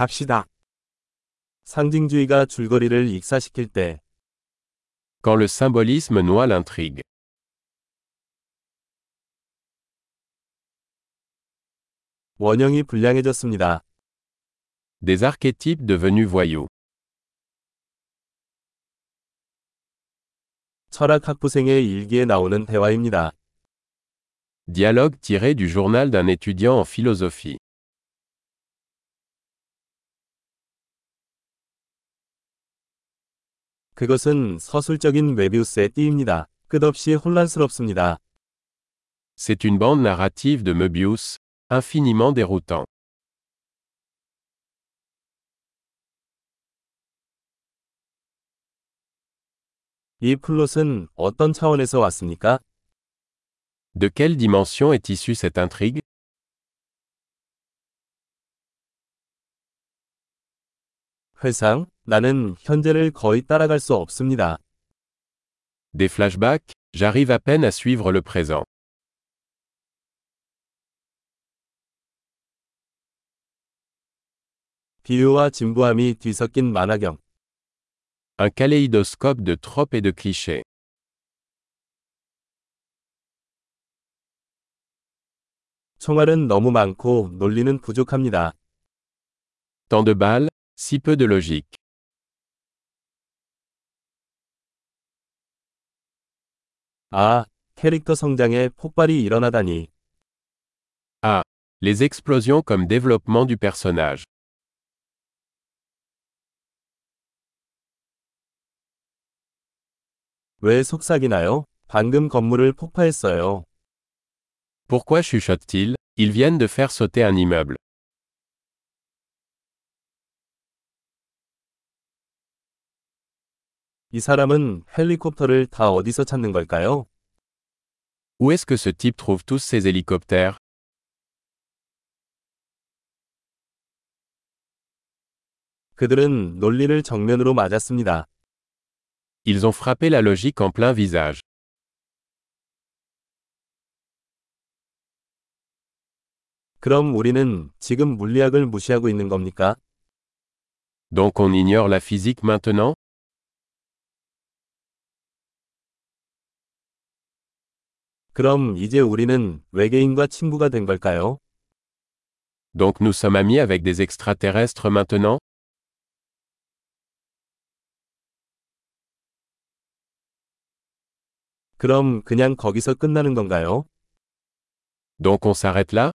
갑시다. 상징주의가 줄거리를 익사시킬 때, Quand le symbolisme noie l'intrigue. 원형이 불량해졌습니다. Des archétypes devenus voyous. 철학 학부생의 일기에 나오는 대화입니다. Dialogue tiré du journal d'un étudiant en philosophie. 그것은 서술적인 möbius의 띠입니다. 끝없이 혼란스럽습니다. C'est une bande narrative de Möbius, infiniment déroutant. 이 플롯은 어떤 차원에서 왔습니까? De quelle dimension est issue cette intrigue 회상, 나는 현재를 거의 따라갈 수 없습니다. Des flashbacks J'arrive à peine à suivre le présent. 비유와 진부함이 뒤섞인 만화경, Un kaléidoscope de tropes et de clichés. 총알은 너무 많고 논리는 부족합니다. Tant de balles, si peu de logique. 아, 캐릭터 성장에 폭발이 일어나다니. Les explosions comme développement du personnage. 왜 속삭이나요? 방금 건물을 폭파했어요. Pourquoi chuchote-t-il Ils viennent de faire sauter un immeuble. 이 사람은 헬리콥터를 다 어디서 찾는 걸까요? Où est-ce que ce type trouve tous ces hélicoptères 그들은 논리를 정면으로 맞았습니다. Ils ont frappé la logique en plein visage. 그럼 우리는 지금 물리학을 무시하고 있는 겁니까? Donc on ignore la physique maintenant 그럼 이제 우리는 외계인과 친구가 된 걸까요? Donc nous sommes amis avec des extraterrestres maintenant 그럼 그냥 거기서 끝나는 건가요? Donc on s'arrête là